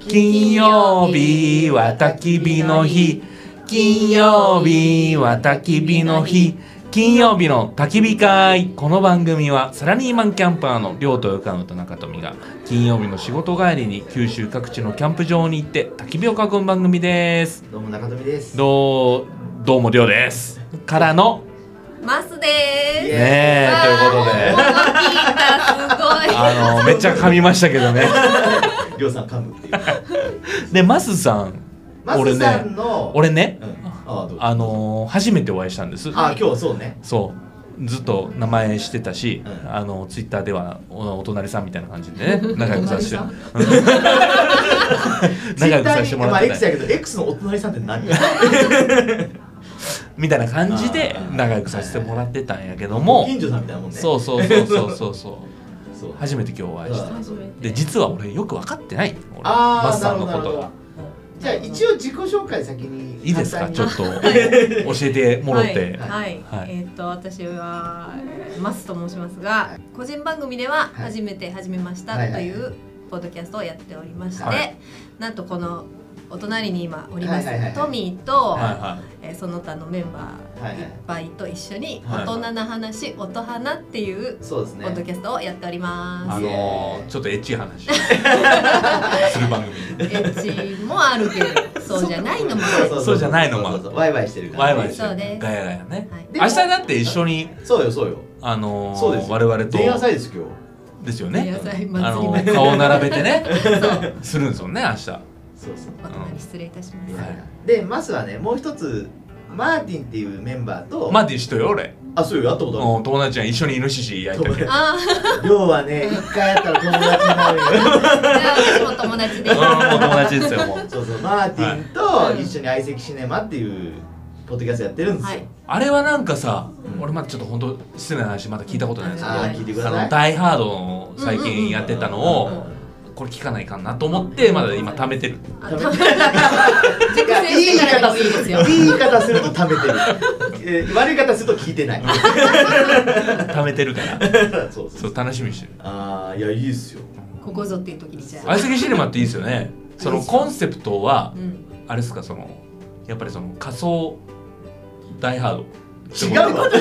金曜日は焚き火の日金曜日は焚き火の日金曜日の焚き火会この番組はサラリーマンキャンパーの亮と横山と中富が金曜日の仕事帰りに九州各地のキャンプ場に行って焚き火を囲む番組ですどうも中富です。どうどうも亮ですからのマスです。イエーイねえということわでー聞いたすごい。あ のめっちゃ噛みましたけどねりょうさん噛むっていう。でマスさんマスさんの。 俺ねうん。あどうぞあの初めてお会いしたんですあ今日そうね。そうずっと名前してたし、うんあのツイッターではおお隣さんみたいな感じ でね仲良くさせてお隣 仲良くさせてもらっ Twitter にまあ X てやけど X のお隣さんって何？みたいな感じであー仲良くさせてもらってたんやけど も、ご近所さんみたいなもんね。そうそうそうそうそうそうそう。初めて今日お会いしたうん初めてで実は俺よく分かってない俺あーマスさんのこなるほとどながるじゃあ一応自己紹介先に。いいですか簡ちょ単にっと教えてもろはい、て、はいはいえっ、と私はマスと申しますが、個人番組では初めて始めましたはいといはうポッドキャストをやっておりまして、はいなんとこのお隣に今おります、はいはいはいトミーと、はいはえーその他のメンバはいーはいいっぱいと一緒にはい大人な話、音花っていうそうですねポ。ッドキャストをやっておりいあます。のー、ちょっとエッチい 話する番組エッチもあるけど、そうじゃないのもある。そうじゃないのもあそるうそうそうワイワイしてるワからイね。ワイしてそうるですガヤガヤね、はいで明日だって一緒にそうよそうよ。あのーそうですよ我々と前夜祭です今日。ですよ野ね菜祭りあの祭りー顔を並べてねするんですよね明日そうそう。お隣失礼いたします。はいでマスはねもう一つマーティンっていうメンバーと。マーティンしとよ俺あそうよやったことあるうん友達が一緒にイノシシ焼いたり友達ああ、 量はね、一回やったら友達になるよ。じゃあ私も友達でうす。んもう友達です よもうそうそう、マーティンと一緒に相席シネマっていうポッドキャストやってるんですはよい。。あれはなんかさ、うん俺まだちょっと本当失礼な話まだ聞いたことないんですけど、あー聞いてくだあさの「い。ダイ・ハード」の最近やってたのを、うんうんうんこれ聞かないかなと思ってまだ今貯めてるあ食べたていやいい言い方するいいですよと、いい言い方すると食べてる。えー悪い言い方すると聞いてない。貯めてるからそうそ。そうう楽しみにしてるああ、いや、いいですよ。ここぞっていう時にじゃあ。相席シネマっていいですよねそのコンセプトはうん。あれですかそのやっぱりその仮想ダイハード違 うわ。い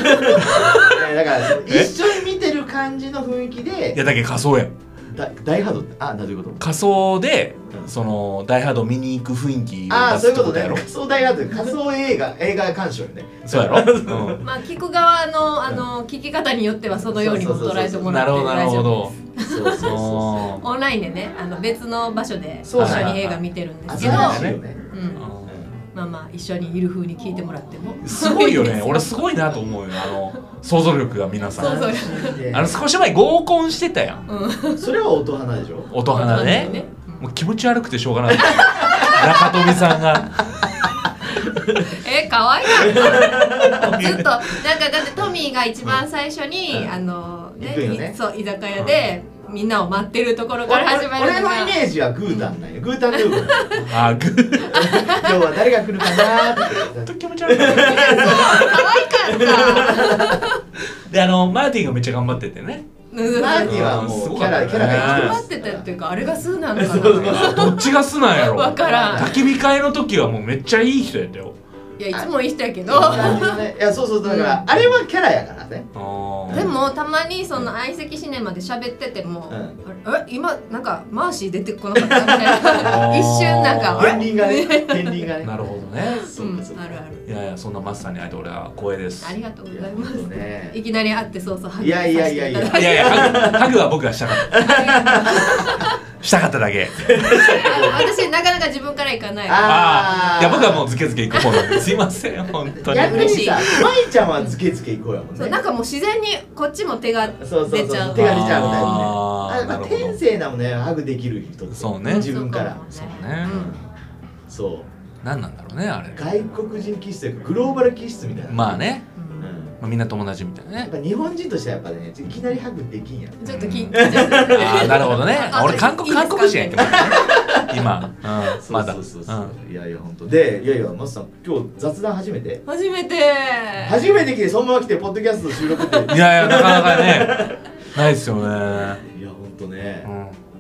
やだから、一緒に見てる感じの雰囲気いで、やだけど仮想やんだ大ハードって、あ、などういうこと仮想でうんそのダイハード見に行く雰囲気あをあ、出そうすいってことうことやねろ。そう大ハード、仮想映画、映画鑑賞よね。そうやろ、うまあ聞く側のあの聞き方によってはそのようにも捉えてもん、らっなてるほどなる大丈ほ夫どそうそうそうそう。そオンラインでね、あの別の場所で一そうそう緒に映画見てるんですけ新ど、しはいよね。うんう、うんまあまあ一緒にいる風に聞いてもらっても。うんすごいよね俺すごいなと思うよあの想像力が皆そうさんそう。あの少し前合コンしてたやんうん。それは音花でしょ音花ね音花ねうんもう気持ち悪くてしょうがない中富さんがえ可愛かった。ずっとなんかだってトミーが一番最初に、うんあのね行くよねいそう居酒屋で、みんなを待ってるところから始まる俺ののがイメージはグータンなんよグータンルーム今あぐーっ日は誰が来るかな ーっとて気持ち悪い可愛かっであのマーティンがめっちゃ頑張っててねマた。ーティはもすうごキかっャたラねキャラが生 待きっててますたっていうかあれがスーなのそうそうかな。どっちが素なんやろわからん。焚き火会の時はもうめっちゃいい人やったよいやいつもいい人やけど。感じのねいやそうそうだから、あれはキャラやからねでもたまにその相席シネマで喋ってても、うんあれえ今なんかマーシー出てこなかったみたいなあー一瞬なんかあ片れ鱗がね片鱗がねなるほどねそううんかそうかあるあるいやいやそんなマスターに会えて俺は光栄ですありがとうございまいや本す当ねいきなり会ってそうそういやいやいやいやハグさせてただていやいやハグハグは僕がしたかったしたかっただけあ私なかなか自分から行かないあああーいや僕はもうズケズケ行く方なんですいません本当に逆嬉にしいさまいちゃんはズケズケ行こうやもんそうねなんかもう自然にこっちも手がそうそうそう出ちゃう手が出ちゃうみたいなねあーあまあなるほど天性なもんねハグできる人ってそうね自分からそうそうかもねそう何なんだろうねあれ外国人気質というかグローバル気質みたいなまあね、うんううんんまあ、みんな友達みたいなやっねぱ日本人としてはやっぱねいきなりハグできんやんちょっと 緊張しちゃうああなるほどね あ俺韓国いいですか韓国人やけどね今、うん、まだそうそうそううんいやいや本当でいやいやマスさん今日雑談初めて初めて初めて来てそのまま来てポッドキャスト収録って いやいや、なかなかね、ないですよね。いや本当ね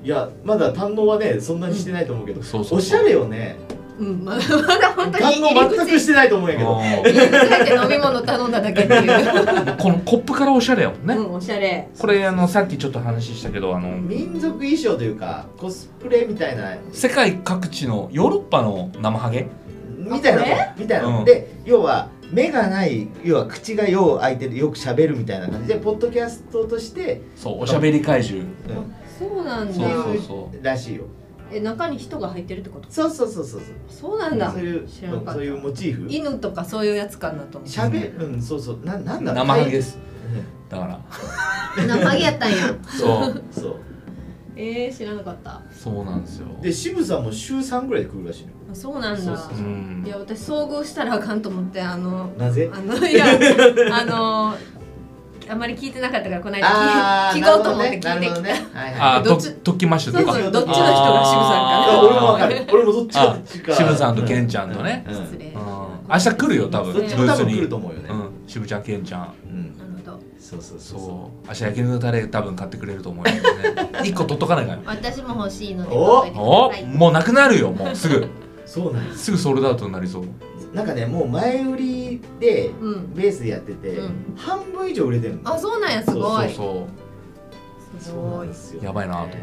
うん、いやまだ堪能はねそんなにしてないと思うけど、そうそうおしゃれをねうん、まだまだ本当に堪入能り全口くしてないと思うんやけどあ入り口入って飲み物頼んだだけっていう、ーこのコップからおしゃれやもんうね、ん、おしゃれこれあのさっきちょっと話したけどあの民族衣装というかコスプレみたいな世界各地のヨーロッパの生ハゲみたいなもんみたいなもん、うんで要は目がない要は口がよう開いてるよく喋るみたいな感じでポッドキャストとして、そうおしゃべり怪獣うんそうなんそだうそうそうらしいよえ中に人が入ってるってことそうそうそうそうそうそうなんだそういう知らなかったそういうモチーフ犬とかそういうやつかなと思っ喋るうんそうそうななんだろう生ハゲでうんすだからて生ハゲやったんやそうそうえー、知らなかった そうなんですよで渋さんも週3ぐらいで来るらしいのよあそうなんだそうそういうんや私遭遇したらあかんと思ってあのなぜあ のいやあのあんまり聞いてなかったからこの間聞い聞こうと思って聞いてきた、ねはいはいあどとっちときましそたうとかそうあどっちの人が渋いさんやかあー俺もわかる俺もどっちあか渋さんとケンちゃんのねうん失礼、うん明日来るよ多分どっちも多分来ると思うよねうん渋ちゃんけんちゃんうんなるほどそうそうそうそそう明日焼きのタレ多分買ってくれると思うよね 一個取っとかないから私も欲しいのでお届いておくださいもうなくなるよもうすぐうそうなんですすぐソールドアウトになりそうなんかねもう前売りでうんベースでやってて、うん半分以上売れてるのあそうなんやすごそういそすそうなごんいですようやばいなと思って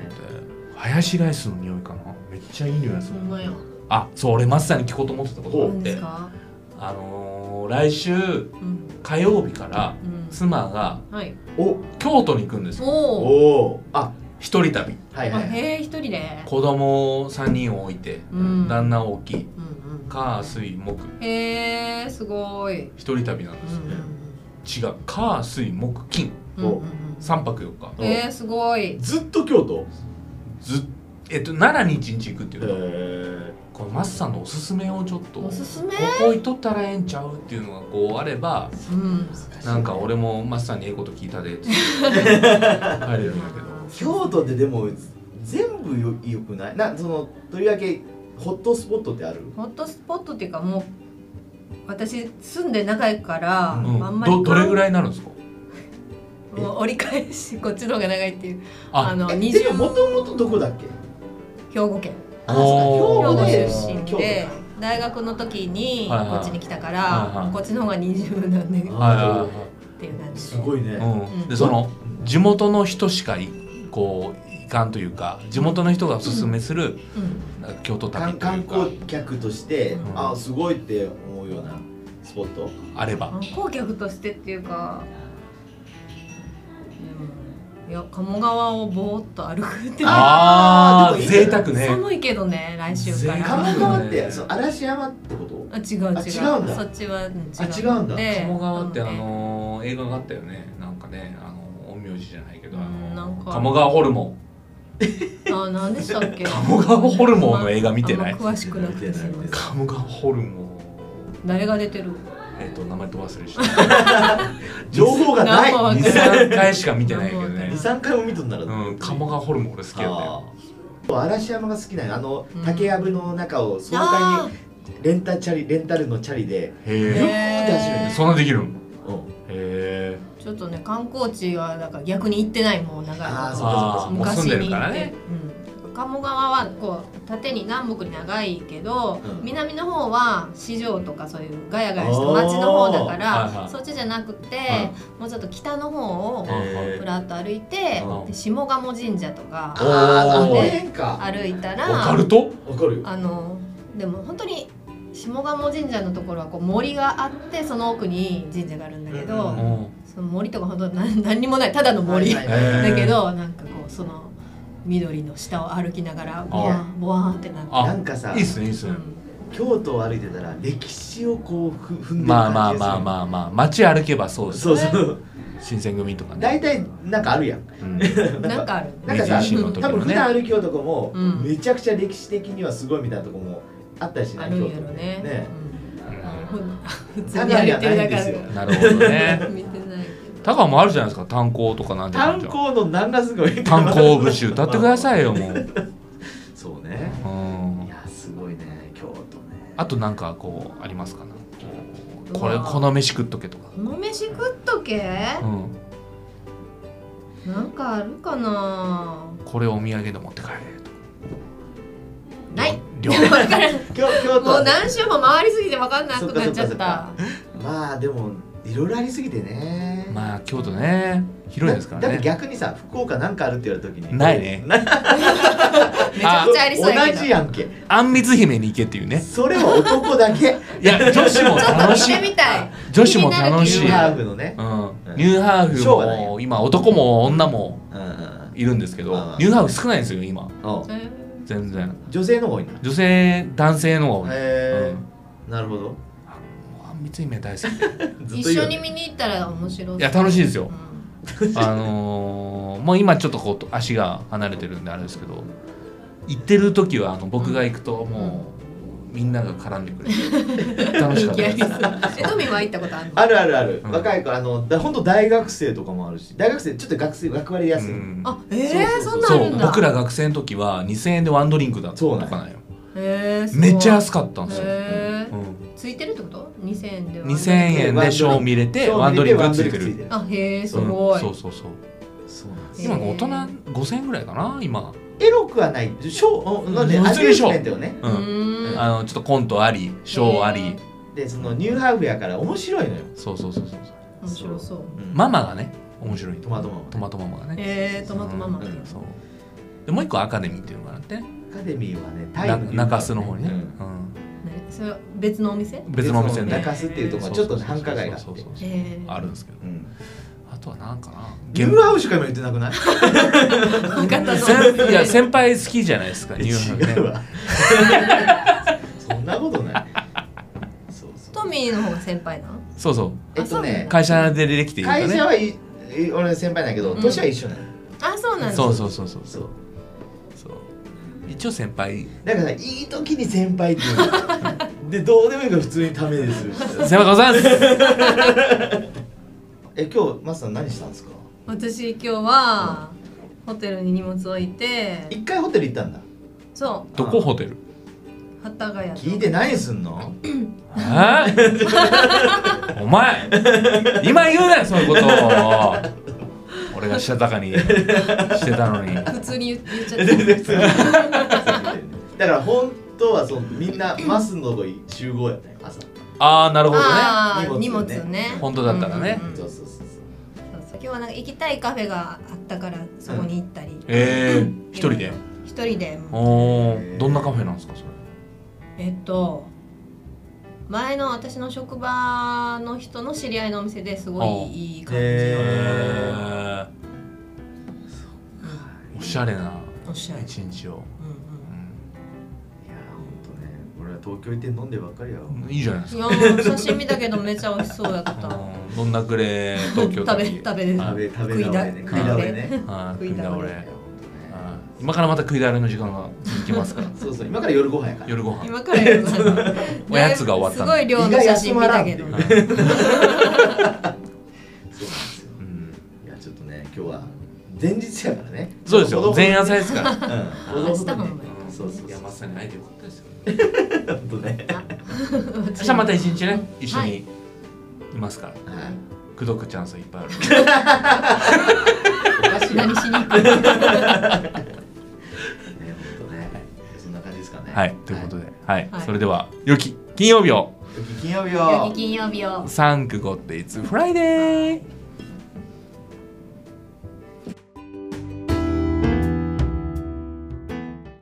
ハヤシライスの匂いかなめっちゃいい匂いすほるんまやあそう俺まさに聞こうと思ってたことがあ何っですてかあのー、来週うん火曜日からうん妻がはいお京都に行くんですよおおおーあ一人旅はいはいへえ一人で子供3人を置いて、うん旦那を置きうんうん火水木へえすごい一人旅なんでうす違う火水木金んうんうんうんうん3泊4日えー、すごいずっと京都ずっえっと奈良に1日行くっていうのがえこれマスさんのおすすめをちょっとおすすめここ行っとったらええんちゃうっていうのがこうあればうんなんか俺もマスさんにええこと聞いたでって帰れるんだけど 京都ってでも全部よよくないなそのとりわけホットスポットってあるホットスポットっていうかもう私住んで長いから、うんあんまりどどれぐいらいになるんですかもう折り返しこっちの方が長いっていうああのえ二で十ももともとどこだっけ兵庫県あそう兵かお庫ーで出京身都でか大学の時にこはいはいっちに来たから、はいはいこっちの方が二十何年あはいはいはいっていう感じすごいいね、うん、うでんその地元の人しかいこういかんというか地元の人がおすすめするうんなんか京都観旅とい観うか光客として、うんあすごいって思うようなスポットあれば観光客としてっていうかうんいや鴨川をぼーっと歩くっていうあああーでもいい贅沢ね寒いけどね来週か贅ら沢鴨川っうてんその嵐山ってことあ違う違うあ違うんだそっちは、うん、違うあ違うんだで鴨川ってあなののー映画があったよねなんかねあの陰陽師じゃないけどあうんなんのーか鴨川ホルモであ何でしたっけ鴨川ホルモンの映画見てないあんま詳しくなくてすいませんン見てな鴨川ホルモン誰が出てるえっ、と名前と忘れした情報がない何もわかんない23回しか見てないけどね二三回も見とんなら、うん鴨川ホルモン俺好きやったよあー嵐山が好きなんよあのうん竹やぶの中を爽快あにレンタチャリレンタルのチャリでよくへ走るんえですそんなできるんよ、へえーちょっとね観光地はなんか逆に行ってないもう長いことあーそうああもう住んでるからね、うん、鴨川はこう縦に南北に長いけど、うん南の方は市場とかそういうガヤガヤした町の方だかおーはいはらいそっちじゃなくて、はもうちょっと北の方をうんへふらっと歩いて、うんで下鴨神社とかあああおーの辺か歩いたらオカルトわかるよあのでも本当に下鴨神社のところはこう森があってその奥に神社があるんだけど、ううんんその森とか本当何何にもないただの森、はいはいはいへーだけどなんかこうその緑の下を歩きながらボワンボワンってなって。なあんかさいいっすねいいっすうねん京都を歩いてたら歴史をこうふ踏んでる感じがするまあまあまあまあまあ街歩けばそうですそうそう新選組とかね大体なんかあるやんうんなんかある。なんかさ明治維新の時多分の普ね段歩きようとこも、うんめちゃくちゃ歴史的にはすごいみたいなとこもあったりしなあいるん京や都ろね。ねうん普通に歩いてるだかただじゃないんらでなるほどね 見てない高尾もあるじゃないですか炭鉱とかなんていう炭の鉱の何らすごい炭鉱節歌ってくだいさいよもう、そうねうんい、やすごいね京都ねあとなんかこうありますかなけど。これこの飯食っとけとか、この飯食っとけ。うん、なんかあるかなこれをお土産で持って帰れとない両 わからん京京都もはう何周も回りすぎて分かんなくなっちゃそっっかたまあでもいろいろありすぎてねまあ京都ね広いですからだってね逆にさ福岡なんかあるって言われた時にないねなめちゃくちゃありそうやけど同じやんけあんみつ姫に行けっていうねそれは男だけいや女子も楽しちょっと見ていみたい女子も楽しい気ニューにハなーフのね、うんうんニューハーフしょうがないも今男も女もうんうんいるんですけどああニューハーフ少ないんですよ今うん、おえ全然女性の方が多いな女性男性の方が多いへえうんなるほどあんみつ姫大好き ーずっ一といいよ緒に見に行ったら面白そういや楽しいですようんあのーもう今ちょっとこう足が離れてるんであれですけど行ってる時はあの僕が行くともうみんなが絡んでくれて楽し人かった気あでりすそうえトミーは行ったことあるのあるあるある、うん若い子あのだ本当大学生とかもあるし大学生ちょっと学生学割安い、うんあえーそそんうそうそなんあそうるうんだ僕ら学生の時は2000円でワンドリンクだったそうとなんかなんよえーすごめいっちゃ安かったんですよ、へーうん、ついてるってこと2000円では2000円で賞を見れてワンドリンクがついてるるあへえすうごんいそうそうそうそうなんです今大人へー5000円ぐらいかな今、エロくはない賞なんでうんア普通ミュにーシズョーメントよねうんうーんあのちょっとコントありショーあり、へーでそのニューハーフやから面白いのよ、そうそうそうそうそう面白そううんママがね面白いトマトママトマトママがねえートマトママっていううんそうでもう一個アカデミーっていうのがあってアカデミーはねタイなの中洲の方にね、ううんんねそれは別のお店別のお店でにそのね中洲っていうとこそろうちそょうっそとうね繁華街があそっうてそうそうえーあるんですけどうんあとはなんかなニューハーフしか今言ってなくない分かった先いや先輩好きじゃないですかニューハーフね 違うわ そんなことないそうそうトミーの方が先輩なのそうそうえっとね会社でできているから会社ねはいい俺の先輩だけどうん年は一緒なのあそうなんですそうそうそうそうそそうう一応先輩だからいい時に先輩ってい うのでどうでもいいから普通にためでするし先輩ございますえ今日マスさん何したんですか私今日はホテルに荷物置いて一回ホテル行ったんだそどこホテルう幡ヶ谷の聞いて何すんのえ ーお前今言うなよそういうことを俺がしたたかにしてたのに普通に言っ言っ ちゃっ全た然普通にだから本当はそのみんなマスのとこ集合やったよ朝ああなるほどねああ荷荷物物ねね本当だったらねうんうんうんそそううそうそうそうそう今日はなんか行きたいカフェがあったからそこに行ったりええー、一人で一人でもおへーおどんなカフェなんですかそれえっと前の私の職場の人の知り合いのお店ですごいいい感じへのえー、おしゃれなおっしゃれ一日を、ういやーほんとね俺は東京行って飲んでばっかりやわん、いいじゃないですいやかー刺身だけどめちゃ美味しそうやった食うんどんなくれ東京べ旅食べですはい食べ食べ倒れね食食いいだ倒れねはい食い食いだだおおれれいやほんとねはい今からまた食いだおれの時間が続きますから そうそう今から夜ご飯やから夜ご飯今からやるなおやつが終わったすごい量の写真見たけど胃が休まらんはいそうなんですようんいやちょっとね今日は前日やからねそうですよ前夜祭祭ですか らうん明日本番そうそうそうさに会えてよかったですよほんとね明日また一日ね一緒はにいいますからはい口説くチャンスいっぱいあるおかしいよね何しに行くのほんとねそんな感じですかねはい、ということで、はい、はいそれでは、良き金曜日を良き金曜日良 をき金曜日を三九五っていつフライデー。